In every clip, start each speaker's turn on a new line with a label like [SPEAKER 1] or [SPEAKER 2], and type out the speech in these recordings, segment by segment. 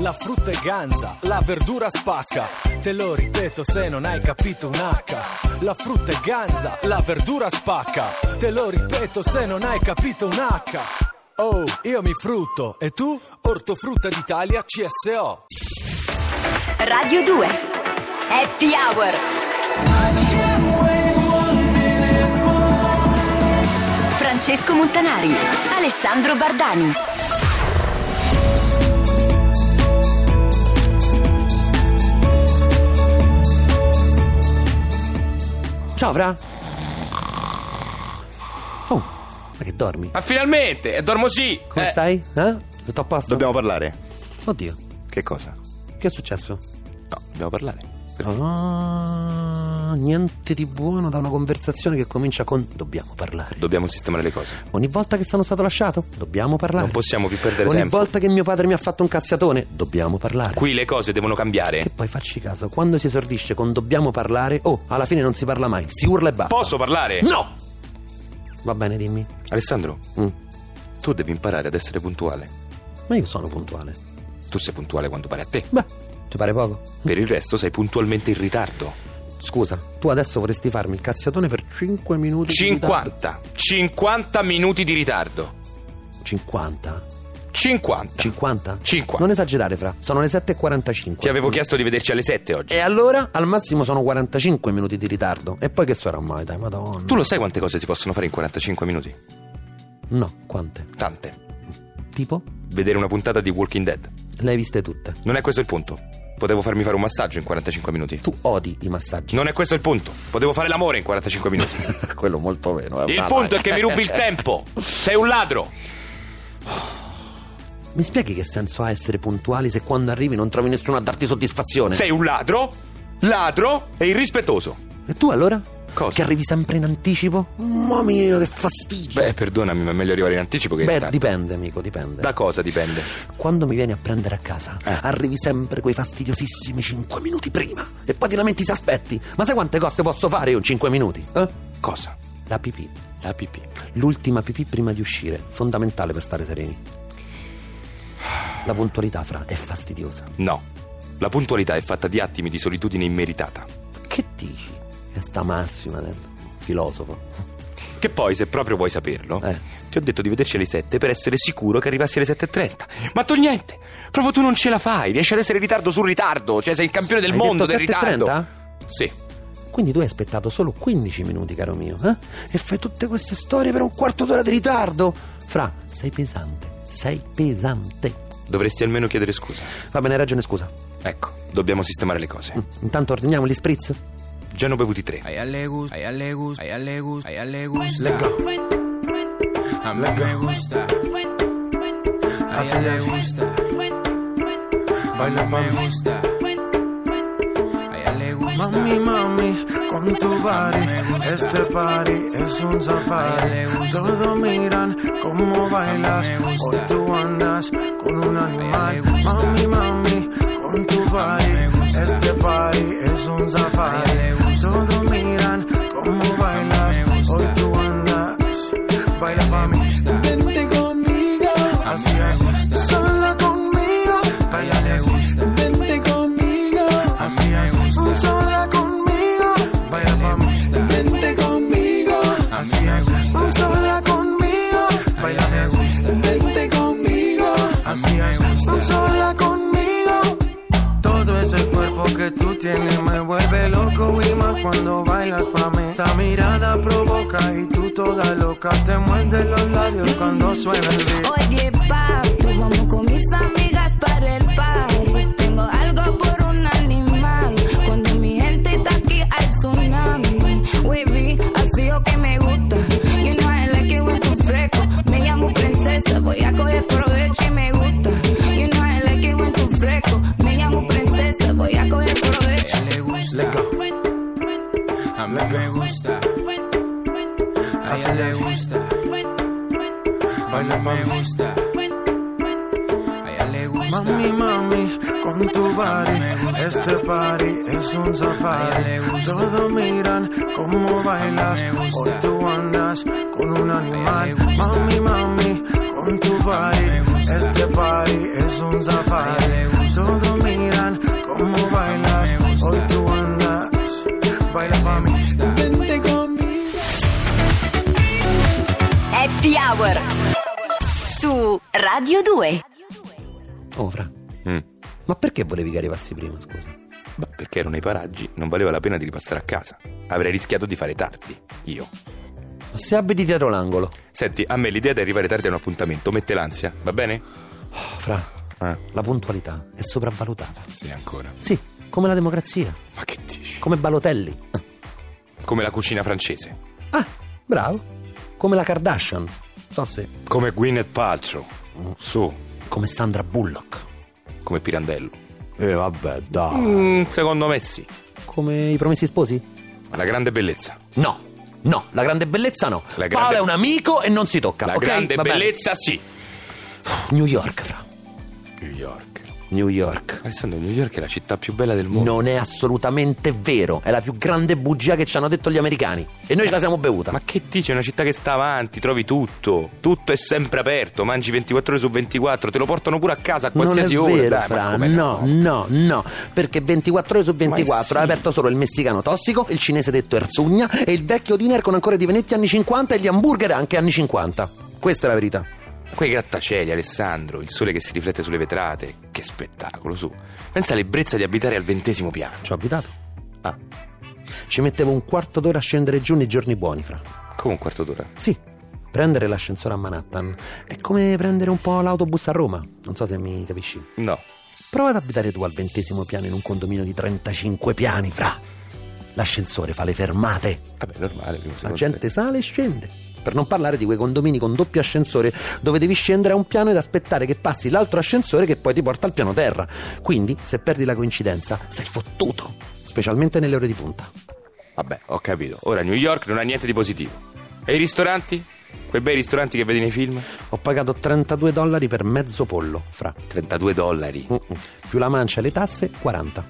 [SPEAKER 1] la frutta è ganza, la verdura spacca. Te lo ripeto se non hai capito un H. La frutta è ganza, la verdura spacca. Te lo ripeto se non hai capito un H. Oh, io mi frutto e tu? Ortofrutta d'Italia CSO.
[SPEAKER 2] Radio 2 Happy Hour Francesco Montanari Alessandro Bardani
[SPEAKER 3] Ciao Fra. Oh, ma che dormi?
[SPEAKER 4] Ah, finalmente! E dormo sì!
[SPEAKER 3] Come
[SPEAKER 4] Eh,
[SPEAKER 3] stai? Eh? Tutto a posto?
[SPEAKER 5] Dobbiamo parlare.
[SPEAKER 3] Oddio,
[SPEAKER 5] Che cosa?
[SPEAKER 3] che è successo?
[SPEAKER 5] No, dobbiamo parlare.
[SPEAKER 3] Ah, niente di buono da una conversazione che comincia con dobbiamo parlare.
[SPEAKER 5] Dobbiamo sistemare le cose.
[SPEAKER 3] Ogni volta che sono stato lasciato, dobbiamo parlare.
[SPEAKER 5] Non possiamo più perdere
[SPEAKER 3] Ogni
[SPEAKER 5] tempo.
[SPEAKER 3] volta che mio padre mi ha fatto un cazziatone, dobbiamo parlare.
[SPEAKER 5] Qui le cose devono
[SPEAKER 3] E
[SPEAKER 5] cambiare.
[SPEAKER 3] poi facci caso, quando si esordisce con dobbiamo parlare, oh, alla fine non si parla mai, si urla e basta.
[SPEAKER 5] Posso parlare?
[SPEAKER 3] No! Va bene, dimmi.
[SPEAKER 5] Alessandro,
[SPEAKER 3] Mm.
[SPEAKER 5] tu devi imparare ad essere puntuale.
[SPEAKER 3] Ma io sono puntuale.
[SPEAKER 5] Tu sei puntuale quando pare a te.
[SPEAKER 3] Beh, ti pare poco?
[SPEAKER 5] Per il resto sei puntualmente in ritardo.
[SPEAKER 3] Scusa, tu adesso vorresti farmi il cazziatone per 5 minuti. di ritardo.
[SPEAKER 5] 50. 50 minuti di ritardo.
[SPEAKER 3] 50?
[SPEAKER 5] 50.
[SPEAKER 3] 50?
[SPEAKER 5] 50.
[SPEAKER 3] Non esagerare, Fra. Sono le 7.45.
[SPEAKER 5] Ti avevo chiesto di vederci alle 7 oggi.
[SPEAKER 3] E allora, al massimo sono 45 minuti di ritardo. E poi che sarà mai, dai, madonna.
[SPEAKER 5] Tu lo sai quante cose si possono fare in 45 minuti?
[SPEAKER 3] No, quante?
[SPEAKER 5] Tante.
[SPEAKER 3] Tipo?
[SPEAKER 5] Vedere una puntata di Walking Dead.
[SPEAKER 3] Le hai viste tutte.
[SPEAKER 5] Non è questo il punto. Potevo farmi fare un massaggio in 45 minuti.
[SPEAKER 3] Tu odi i massaggi.
[SPEAKER 5] Non è questo il punto. Potevo fare l'amore in 45 minuti.
[SPEAKER 3] Quello molto meno.
[SPEAKER 5] Il punto è eh. che mi rubi il tempo. Sei un ladro.
[SPEAKER 3] Mi spieghi che senso ha essere puntuali se quando arrivi non trovi nessuno a darti soddisfazione?
[SPEAKER 5] Sei un ladro, ladro e irrispettoso.
[SPEAKER 3] E tu allora?
[SPEAKER 5] Cosa?
[SPEAKER 3] Che arrivi sempre in anticipo? Mamma mia, che fastidio.
[SPEAKER 5] Beh, perdonami, ma è meglio arrivare in anticipo che in
[SPEAKER 3] Beh,
[SPEAKER 5] ritardo.
[SPEAKER 3] dipende, amico, dipende.
[SPEAKER 5] Da cosa dipende?
[SPEAKER 3] Quando mi vieni a prendere a casa, arrivi sempre quei fastidiosissimi 5 minuti prima e poi ti lamenti se aspetti. Ma sai quante cose posso fare io in 5 minuti? Eh?
[SPEAKER 5] Cosa?
[SPEAKER 3] La pipì.
[SPEAKER 5] La pipì.
[SPEAKER 3] L'ultima pipì prima di uscire, fondamentale per stare sereni. La puntualità, Fra, è fastidiosa.
[SPEAKER 5] No. La puntualità è fatta di attimi di solitudine immeritata.
[SPEAKER 3] Che dici? È sta massima adesso, filosofo.
[SPEAKER 5] Che poi, se proprio vuoi saperlo,
[SPEAKER 3] Eh.
[SPEAKER 5] ti ho detto di vederci alle 7 per essere sicuro che arrivassi alle 7.30. Ma tu niente! Proprio tu non ce la fai, riesci ad essere in ritardo sul ritardo, cioè sei il campione del
[SPEAKER 3] Hai
[SPEAKER 5] mondo
[SPEAKER 3] detto
[SPEAKER 5] del ritardo.
[SPEAKER 3] 7.30?
[SPEAKER 5] Sì.
[SPEAKER 3] Quindi tu hai aspettato solo 15 minuti, caro mio, eh? E fai tutte queste storie per un quarto d'ora di ritardo. Fra, sei pesante, sei pesante.
[SPEAKER 5] Dovresti almeno chiedere scusa.
[SPEAKER 3] Va bene, hai ragione, scusa.
[SPEAKER 5] Ecco, Mm. dobbiamo sistemare le cose.
[SPEAKER 3] Intanto ordiniamo gli spritz.
[SPEAKER 5] Già ne ho bevuti tre.
[SPEAKER 6] A ella le gusta, a ella le gusta, a ella le gusta, a ella le gusta. A mí me gusta, a ella le gusta. Baila me gusta. A ella le gusta.
[SPEAKER 7] Mami, mami, con tu body
[SPEAKER 6] Me gusta.
[SPEAKER 7] Este party es un
[SPEAKER 6] A ella
[SPEAKER 7] safari
[SPEAKER 6] le gusta.
[SPEAKER 7] Todos miran cómo bailas
[SPEAKER 6] me
[SPEAKER 7] Hoy
[SPEAKER 6] gusta.
[SPEAKER 7] tú andas con un
[SPEAKER 6] A ella le
[SPEAKER 7] animal
[SPEAKER 6] gusta.
[SPEAKER 7] Mami, mami, con tu body
[SPEAKER 6] me gusta.
[SPEAKER 7] Este party es un safari
[SPEAKER 6] ella le gusta.
[SPEAKER 7] Todos miran cómo bailas
[SPEAKER 6] me gusta.
[SPEAKER 7] Hoy tú andas Baila
[SPEAKER 6] A ella
[SPEAKER 7] pa'
[SPEAKER 6] le
[SPEAKER 7] mí
[SPEAKER 6] gusta.
[SPEAKER 7] Vente conmigo
[SPEAKER 6] A mí
[SPEAKER 7] Así
[SPEAKER 6] me
[SPEAKER 7] es
[SPEAKER 6] gusta.
[SPEAKER 7] Sola conmigo
[SPEAKER 6] A ella le gusta.
[SPEAKER 7] Vente conmigo
[SPEAKER 6] A mí me gusta.
[SPEAKER 7] Sola conmigo
[SPEAKER 6] Baila me gusta.
[SPEAKER 7] Vente conmigo,
[SPEAKER 6] A mí me gusta.
[SPEAKER 7] sola conmigo,
[SPEAKER 6] A ella le gusta.
[SPEAKER 7] vente conmigo,
[SPEAKER 6] A mí me gusta.
[SPEAKER 7] sola conmigo. Todo ese cuerpo que tú tienes me vuelve loco y más cuando bailas pa' mí. Esa mirada provoca y tú toda loca te muerdes los labios cuando suena el beat.
[SPEAKER 8] Oye, papu, vamos con mis amigas para el party. Tengo algo por un animal. Cuando mi gente está aquí hay tsunami. Wavy, así o que me gusta. You know I like it when tú fresco. Me llamo princesa, voy a coger provecho y me gusta. You know I like it when tú fresco. Me llamo princesa, voy a coger
[SPEAKER 6] A
[SPEAKER 8] provecho.
[SPEAKER 6] ella le gusta. A mí me gusta. A ella le gusta. Baila me gusta. A ella le gusta.
[SPEAKER 7] Mami, mami, con tu
[SPEAKER 6] A mí
[SPEAKER 7] body
[SPEAKER 6] me gusta.
[SPEAKER 7] Este party es un
[SPEAKER 6] A ella
[SPEAKER 7] safari
[SPEAKER 6] le gusta.
[SPEAKER 7] Todos miran cómo bailas
[SPEAKER 6] A mí me gusta.
[SPEAKER 7] Hoy tú andas con un
[SPEAKER 6] A
[SPEAKER 7] animal
[SPEAKER 6] ella le gusta.
[SPEAKER 7] Mami, mami, con tu
[SPEAKER 6] me
[SPEAKER 7] body
[SPEAKER 6] gusta.
[SPEAKER 7] Este party es un
[SPEAKER 6] A ella
[SPEAKER 7] safari
[SPEAKER 6] le gusta.
[SPEAKER 2] Hour su Radio 2.
[SPEAKER 3] Oh, Fra,
[SPEAKER 5] Mm.
[SPEAKER 3] ma perché volevi che arrivassi prima, scusa?
[SPEAKER 5] Ma perché ero nei paraggi, non valeva la pena di ripassare a casa. Avrei rischiato di fare tardi, io.
[SPEAKER 3] Ma se abiti dietro l'angolo,
[SPEAKER 5] Senti, a me l'idea di arrivare tardi a un appuntamento mette l'ansia, va bene?
[SPEAKER 3] Oh, Fra,
[SPEAKER 5] Eh,
[SPEAKER 3] la puntualità è sopravvalutata.
[SPEAKER 5] sì, ancora.
[SPEAKER 3] Sì, come la democrazia,
[SPEAKER 5] Ma che dici?
[SPEAKER 3] come Balotelli.
[SPEAKER 5] Come la cucina francese.
[SPEAKER 3] Ah, bravo. Come la Kardashian. So se.
[SPEAKER 5] Come Gwyneth Paltrow. Su.
[SPEAKER 3] Come Sandra Bullock.
[SPEAKER 5] Mm. Come Pirandello.
[SPEAKER 3] Eh, vabbè, dai.
[SPEAKER 5] Mm, secondo me sì.
[SPEAKER 3] Come i promessi sposi?
[SPEAKER 5] La grande bellezza.
[SPEAKER 3] No. No, la grande bellezza no.
[SPEAKER 5] La grande-
[SPEAKER 3] Paolo è un amico e non si tocca.
[SPEAKER 5] La
[SPEAKER 3] ok?
[SPEAKER 5] grande
[SPEAKER 3] Va bene.
[SPEAKER 5] bellezza sì.
[SPEAKER 3] New York, fra.
[SPEAKER 5] New York.
[SPEAKER 3] New York.
[SPEAKER 5] Alessandro, New York è la città più bella del mondo.
[SPEAKER 3] Non è assolutamente vero. È la più grande bugia che ci hanno detto gli americani. E noi ce la siamo bevuta.
[SPEAKER 5] Ma che dici? È una città che sta avanti, trovi tutto. Tutto è sempre aperto, mangi 24 ore su 24, te lo portano pure a casa a
[SPEAKER 3] non è
[SPEAKER 5] qualsiasi ora.
[SPEAKER 3] vero,
[SPEAKER 5] Dai, ma
[SPEAKER 3] Fra,
[SPEAKER 5] come
[SPEAKER 3] no, no, no, perché 24 ore su 24
[SPEAKER 5] Ma
[SPEAKER 3] è
[SPEAKER 5] sì.
[SPEAKER 3] aperto solo il messicano tossico, il cinese detto Erzugna e il vecchio diner con ancora di Venetti anni 50 e gli hamburger anche anni 50. Questa è la verità.
[SPEAKER 5] Quei grattacieli, Alessandro, il sole che si riflette sulle vetrate. Che spettacolo, su. Pensa all'ebbrezza di abitare al ventesimo piano.
[SPEAKER 3] Ci ho abitato.
[SPEAKER 5] Ah,
[SPEAKER 3] Ci mettevo un quarto d'ora a scendere giù nei giorni buoni, Fra.
[SPEAKER 5] come un quarto d'ora.
[SPEAKER 3] Sì, prendere l'ascensore a Manhattan è come prendere un po' l'autobus a Roma. Non so se mi capisci.
[SPEAKER 5] No.
[SPEAKER 3] Prova ad abitare tu al ventesimo piano in un condominio di 35 piani, Fra. L'ascensore fa le fermate.
[SPEAKER 5] Vabbè, normale. primo,
[SPEAKER 3] La
[SPEAKER 5] secondo
[SPEAKER 3] gente
[SPEAKER 5] te.
[SPEAKER 3] sale e scende. Per non parlare di quei condomini con doppio ascensore dove devi scendere a un piano ed aspettare che passi l'altro ascensore che poi ti porta al piano terra. Quindi, se perdi la coincidenza, sei fottuto, specialmente nelle ore di punta.
[SPEAKER 5] Vabbè, ho capito. Ora New York non ha niente di positivo. E i ristoranti? Quei bei ristoranti che vedi nei film?
[SPEAKER 3] Ho pagato 32 dollari per mezzo pollo, fra.
[SPEAKER 5] 32 dollari.
[SPEAKER 3] Mm-mm. Più la mancia e le tasse, 40.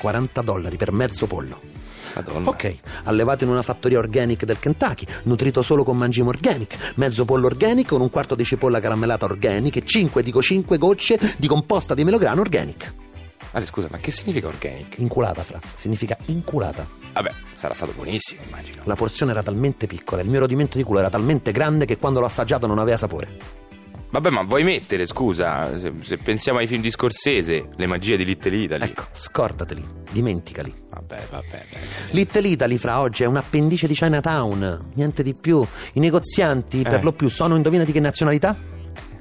[SPEAKER 3] 40 dollari per mezzo pollo.
[SPEAKER 5] Madonna.
[SPEAKER 3] Ok, allevato in una fattoria organic del Kentucky, nutrito solo con mangime organic, mezzo pollo organico con un quarto di cipolla caramellata organic e 5, dico 5 gocce di composta di melograno organic.
[SPEAKER 5] Ale, scusa, ma che significa organic?
[SPEAKER 3] Inculata, fra, significa inculata.
[SPEAKER 5] Vabbè, sarà stato buonissimo, immagino.
[SPEAKER 3] La porzione era talmente piccola, il mio rodimento di culo era talmente grande che quando l'ho assaggiato non aveva sapore.
[SPEAKER 5] Vabbè, ma vuoi mettere, scusa, se, se pensiamo ai film di Scorsese, le magie di Little Italy.
[SPEAKER 3] Ecco, scordateli, dimenticali.
[SPEAKER 5] Vabbè, vabbè. vabbè.
[SPEAKER 3] Little Italy fra oggi è un appendice di Chinatown, niente di più. I negozianti per lo più sono, indovina di che nazionalità?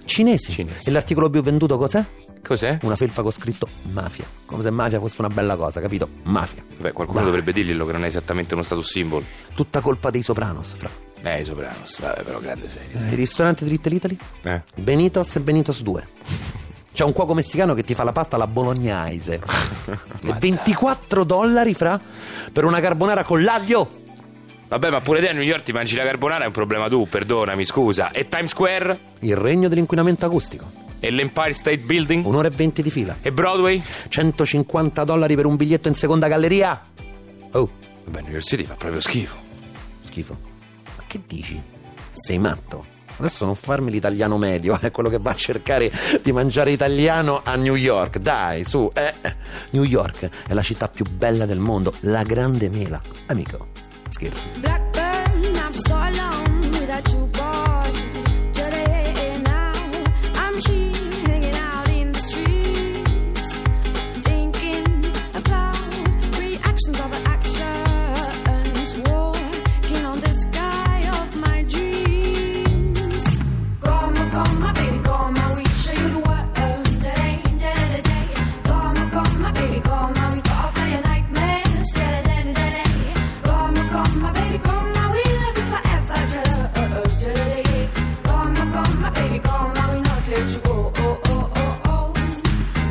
[SPEAKER 3] Cinesi.
[SPEAKER 5] Cinesi.
[SPEAKER 3] E l'articolo più venduto cos'è?
[SPEAKER 5] Cos'è?
[SPEAKER 3] una felpa con scritto mafia. Come se mafia fosse una bella cosa, capito? Mafia.
[SPEAKER 5] Vabbè, qualcuno
[SPEAKER 3] Dai,
[SPEAKER 5] dovrebbe dirglielo che non è esattamente uno status symbol.
[SPEAKER 3] Tutta colpa dei Sopranos, fra.
[SPEAKER 5] Eh, i Sopranos, vabbè, però grande serie.
[SPEAKER 3] Eh, Il ristorante di Little Italy?
[SPEAKER 5] Eh.
[SPEAKER 3] Benitos e Benitos 2. C'è un cuoco messicano che ti fa la pasta alla bolognese. E 24 dollari, fra, per una carbonara con l'aglio.
[SPEAKER 5] Vabbè, ma pure te a New York ti mangi la carbonara, è un problema tu, perdonami, scusa. E Times Square?
[SPEAKER 3] Il regno dell'inquinamento acustico.
[SPEAKER 5] E l'Empire State Building?
[SPEAKER 3] Un'ora e venti di fila.
[SPEAKER 5] E Broadway?
[SPEAKER 3] 150 dollari per un biglietto in seconda galleria. Oh,
[SPEAKER 5] Vabbè, New York City fa proprio schifo.
[SPEAKER 3] Schifo. Ma che dici? Sei matto? Adesso non farmi l'italiano medio, è quello che va a cercare di mangiare italiano a New York. Dai, su. eh. New York è la città più bella del mondo, la grande mela. Amico, scherzi.
[SPEAKER 8] Blackburn, I'm so alone without you, boy. Today now I'm here hanging out in the streets, thinking about reactions of actions, walking on the sky of my dreams. Come, come, my baby, come, I will show you the world today, today, today. Come, come, my baby, come, I will go for your nightmares today, today, today. Come, come, my baby, come, I will love you forever today, today. Come, come, my baby, come, I will not let you go. Oh, oh, oh, oh.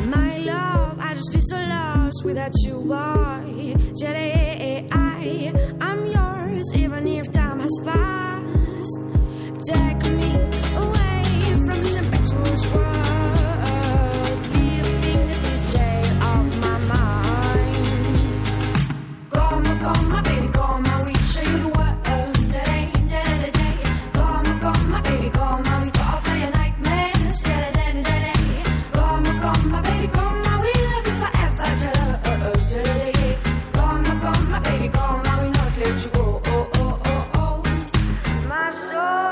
[SPEAKER 8] My love, I just feel so lost without you, boy. Today, I, I'm yours, even if time has passed. Take me away from this impetuous world, living in this jail of my mind. Come, come, my baby, come, I will show you the world today, today, today. Come, come, my baby, come, I will go for your nightmares today, today, today. Come, come, my baby, come, I will love you forever today, today. Come, come, my baby, come, I will not let you go. Oh, oh, oh, oh. My soul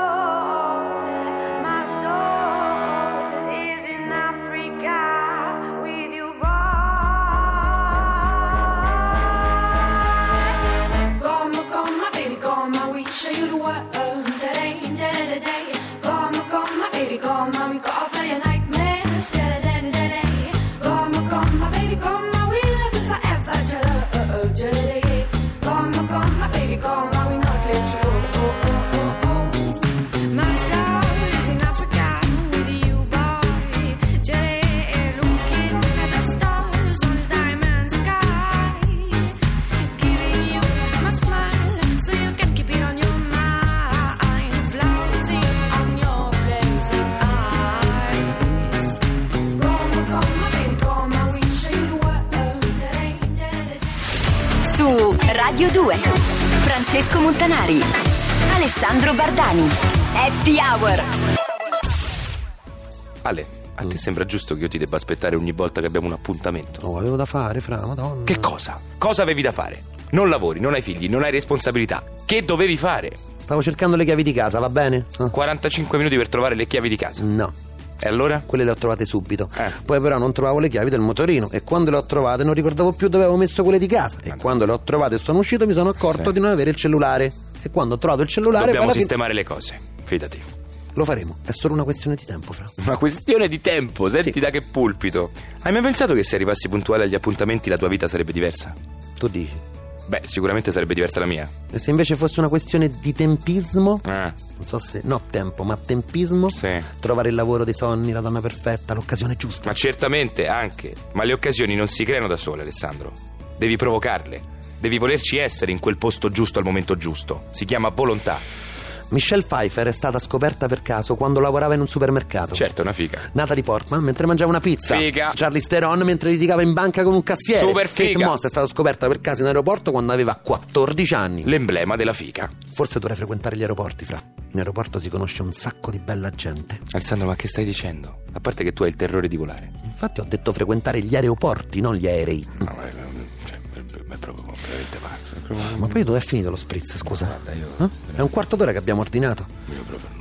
[SPEAKER 2] Radio 2. Francesco Montanari. Alessandro Bardani. Happy Hour.
[SPEAKER 5] Ale, a te sembra giusto che io ti debba aspettare ogni volta che abbiamo un appuntamento?
[SPEAKER 3] Oh, avevo da fare, fra, madonna.
[SPEAKER 5] Che cosa? Cosa avevi da fare? Non lavori, non hai figli, non hai responsabilità. Che dovevi fare?
[SPEAKER 3] Stavo cercando le chiavi di casa, va bene? Ah,
[SPEAKER 5] 45 minuti per trovare le chiavi di casa.
[SPEAKER 3] No.
[SPEAKER 5] E allora?
[SPEAKER 3] Quelle le ho trovate subito.
[SPEAKER 5] Eh.
[SPEAKER 3] Poi però non trovavo le chiavi del motorino e quando le ho trovate non ricordavo più dove avevo messo quelle di casa. E quando le ho trovate e sono uscito mi sono accorto di non avere il cellulare. E quando ho trovato il cellulare poi
[SPEAKER 5] Dobbiamo
[SPEAKER 3] alla fine-
[SPEAKER 5] sistemare le cose, fidati.
[SPEAKER 3] Lo faremo, è solo una questione di tempo, fra.
[SPEAKER 5] Una questione di tempo, senti da che pulpito. Hai mai pensato che se arrivassi puntuale agli appuntamenti la tua vita sarebbe diversa?
[SPEAKER 3] Tu dici.
[SPEAKER 5] Beh, sicuramente sarebbe diversa la mia.
[SPEAKER 3] E se invece fosse una questione di tempismo,
[SPEAKER 5] Ah,
[SPEAKER 3] non so se no tempo, ma tempismo,
[SPEAKER 5] Sì.
[SPEAKER 3] trovare il lavoro dei sogni, la donna perfetta, l'occasione giusta.
[SPEAKER 5] ma certamente anche. Ma le occasioni non si creano da sole, Alessandro. Devi provocarle. Devi volerci essere in quel posto giusto al momento giusto. Si chiama volontà.
[SPEAKER 3] Michelle Pfeiffer è stata scoperta per caso quando lavorava in un supermercato.
[SPEAKER 5] Certo, è una figa.
[SPEAKER 3] Natalie Portman eh, mentre mangiava una pizza.
[SPEAKER 5] Figa.
[SPEAKER 3] Charlie Theron mentre litigava in banca con un cassiere.
[SPEAKER 5] Super
[SPEAKER 3] Kate
[SPEAKER 5] figa.
[SPEAKER 3] Moss è stata scoperta per caso in aeroporto quando aveva 14 anni.
[SPEAKER 5] L'emblema della figa.
[SPEAKER 3] Forse dovrei frequentare gli aeroporti, fra. In aeroporto si conosce un sacco di bella gente.
[SPEAKER 5] Alessandro, ma che stai dicendo? A parte che tu hai il terrore di volare.
[SPEAKER 3] Infatti ho detto frequentare gli aeroporti, non gli aerei.
[SPEAKER 5] No, ma è, cioè, è proprio completamente pazzo. Ah,
[SPEAKER 3] Ma poi dov'è finito lo spritz, scusa? Eh? È un quarto d'ora che abbiamo ordinato.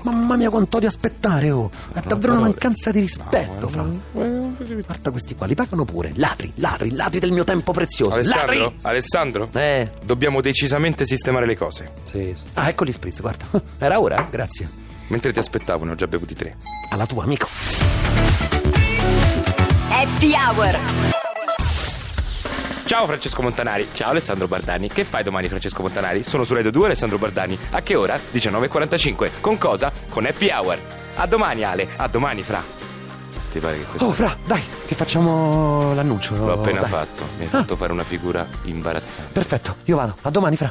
[SPEAKER 3] Mamma mia, quanto di aspettare, oh! È davvero una mancanza di rispetto, fra. Guarda questi qua, li pagano pure. Ladri, ladri, ladri del mio tempo prezioso.
[SPEAKER 5] Boh. Alessandro?
[SPEAKER 3] Ladri!
[SPEAKER 5] Alessandro?
[SPEAKER 3] Eh,
[SPEAKER 5] Dobbiamo decisamente sistemare le cose.
[SPEAKER 3] sì, sì. Ah, ecco gli spritz, guarda. Era ora, eh? grazie.
[SPEAKER 5] Mentre ti aspettavo, ne ho già bevuti tre.
[SPEAKER 3] Alla tua, amico.
[SPEAKER 2] Happy Hour.
[SPEAKER 5] Ciao Francesco Montanari. Ciao Alessandro Bardani. Che fai domani Francesco Montanari? Sono su Radio 2 Alessandro Bardani. A che ora? 19.45. Con cosa? Con Happy Hour. A domani Ale. A domani Fra. Ti pare che questo...
[SPEAKER 3] Oh, fra, dai, che facciamo l'annuncio.
[SPEAKER 5] L'ho appena
[SPEAKER 3] dai.
[SPEAKER 5] fatto. Mi hai
[SPEAKER 3] Ah.
[SPEAKER 5] fatto fare una figura imbarazzante.
[SPEAKER 3] Perfetto, io vado. A domani, fra.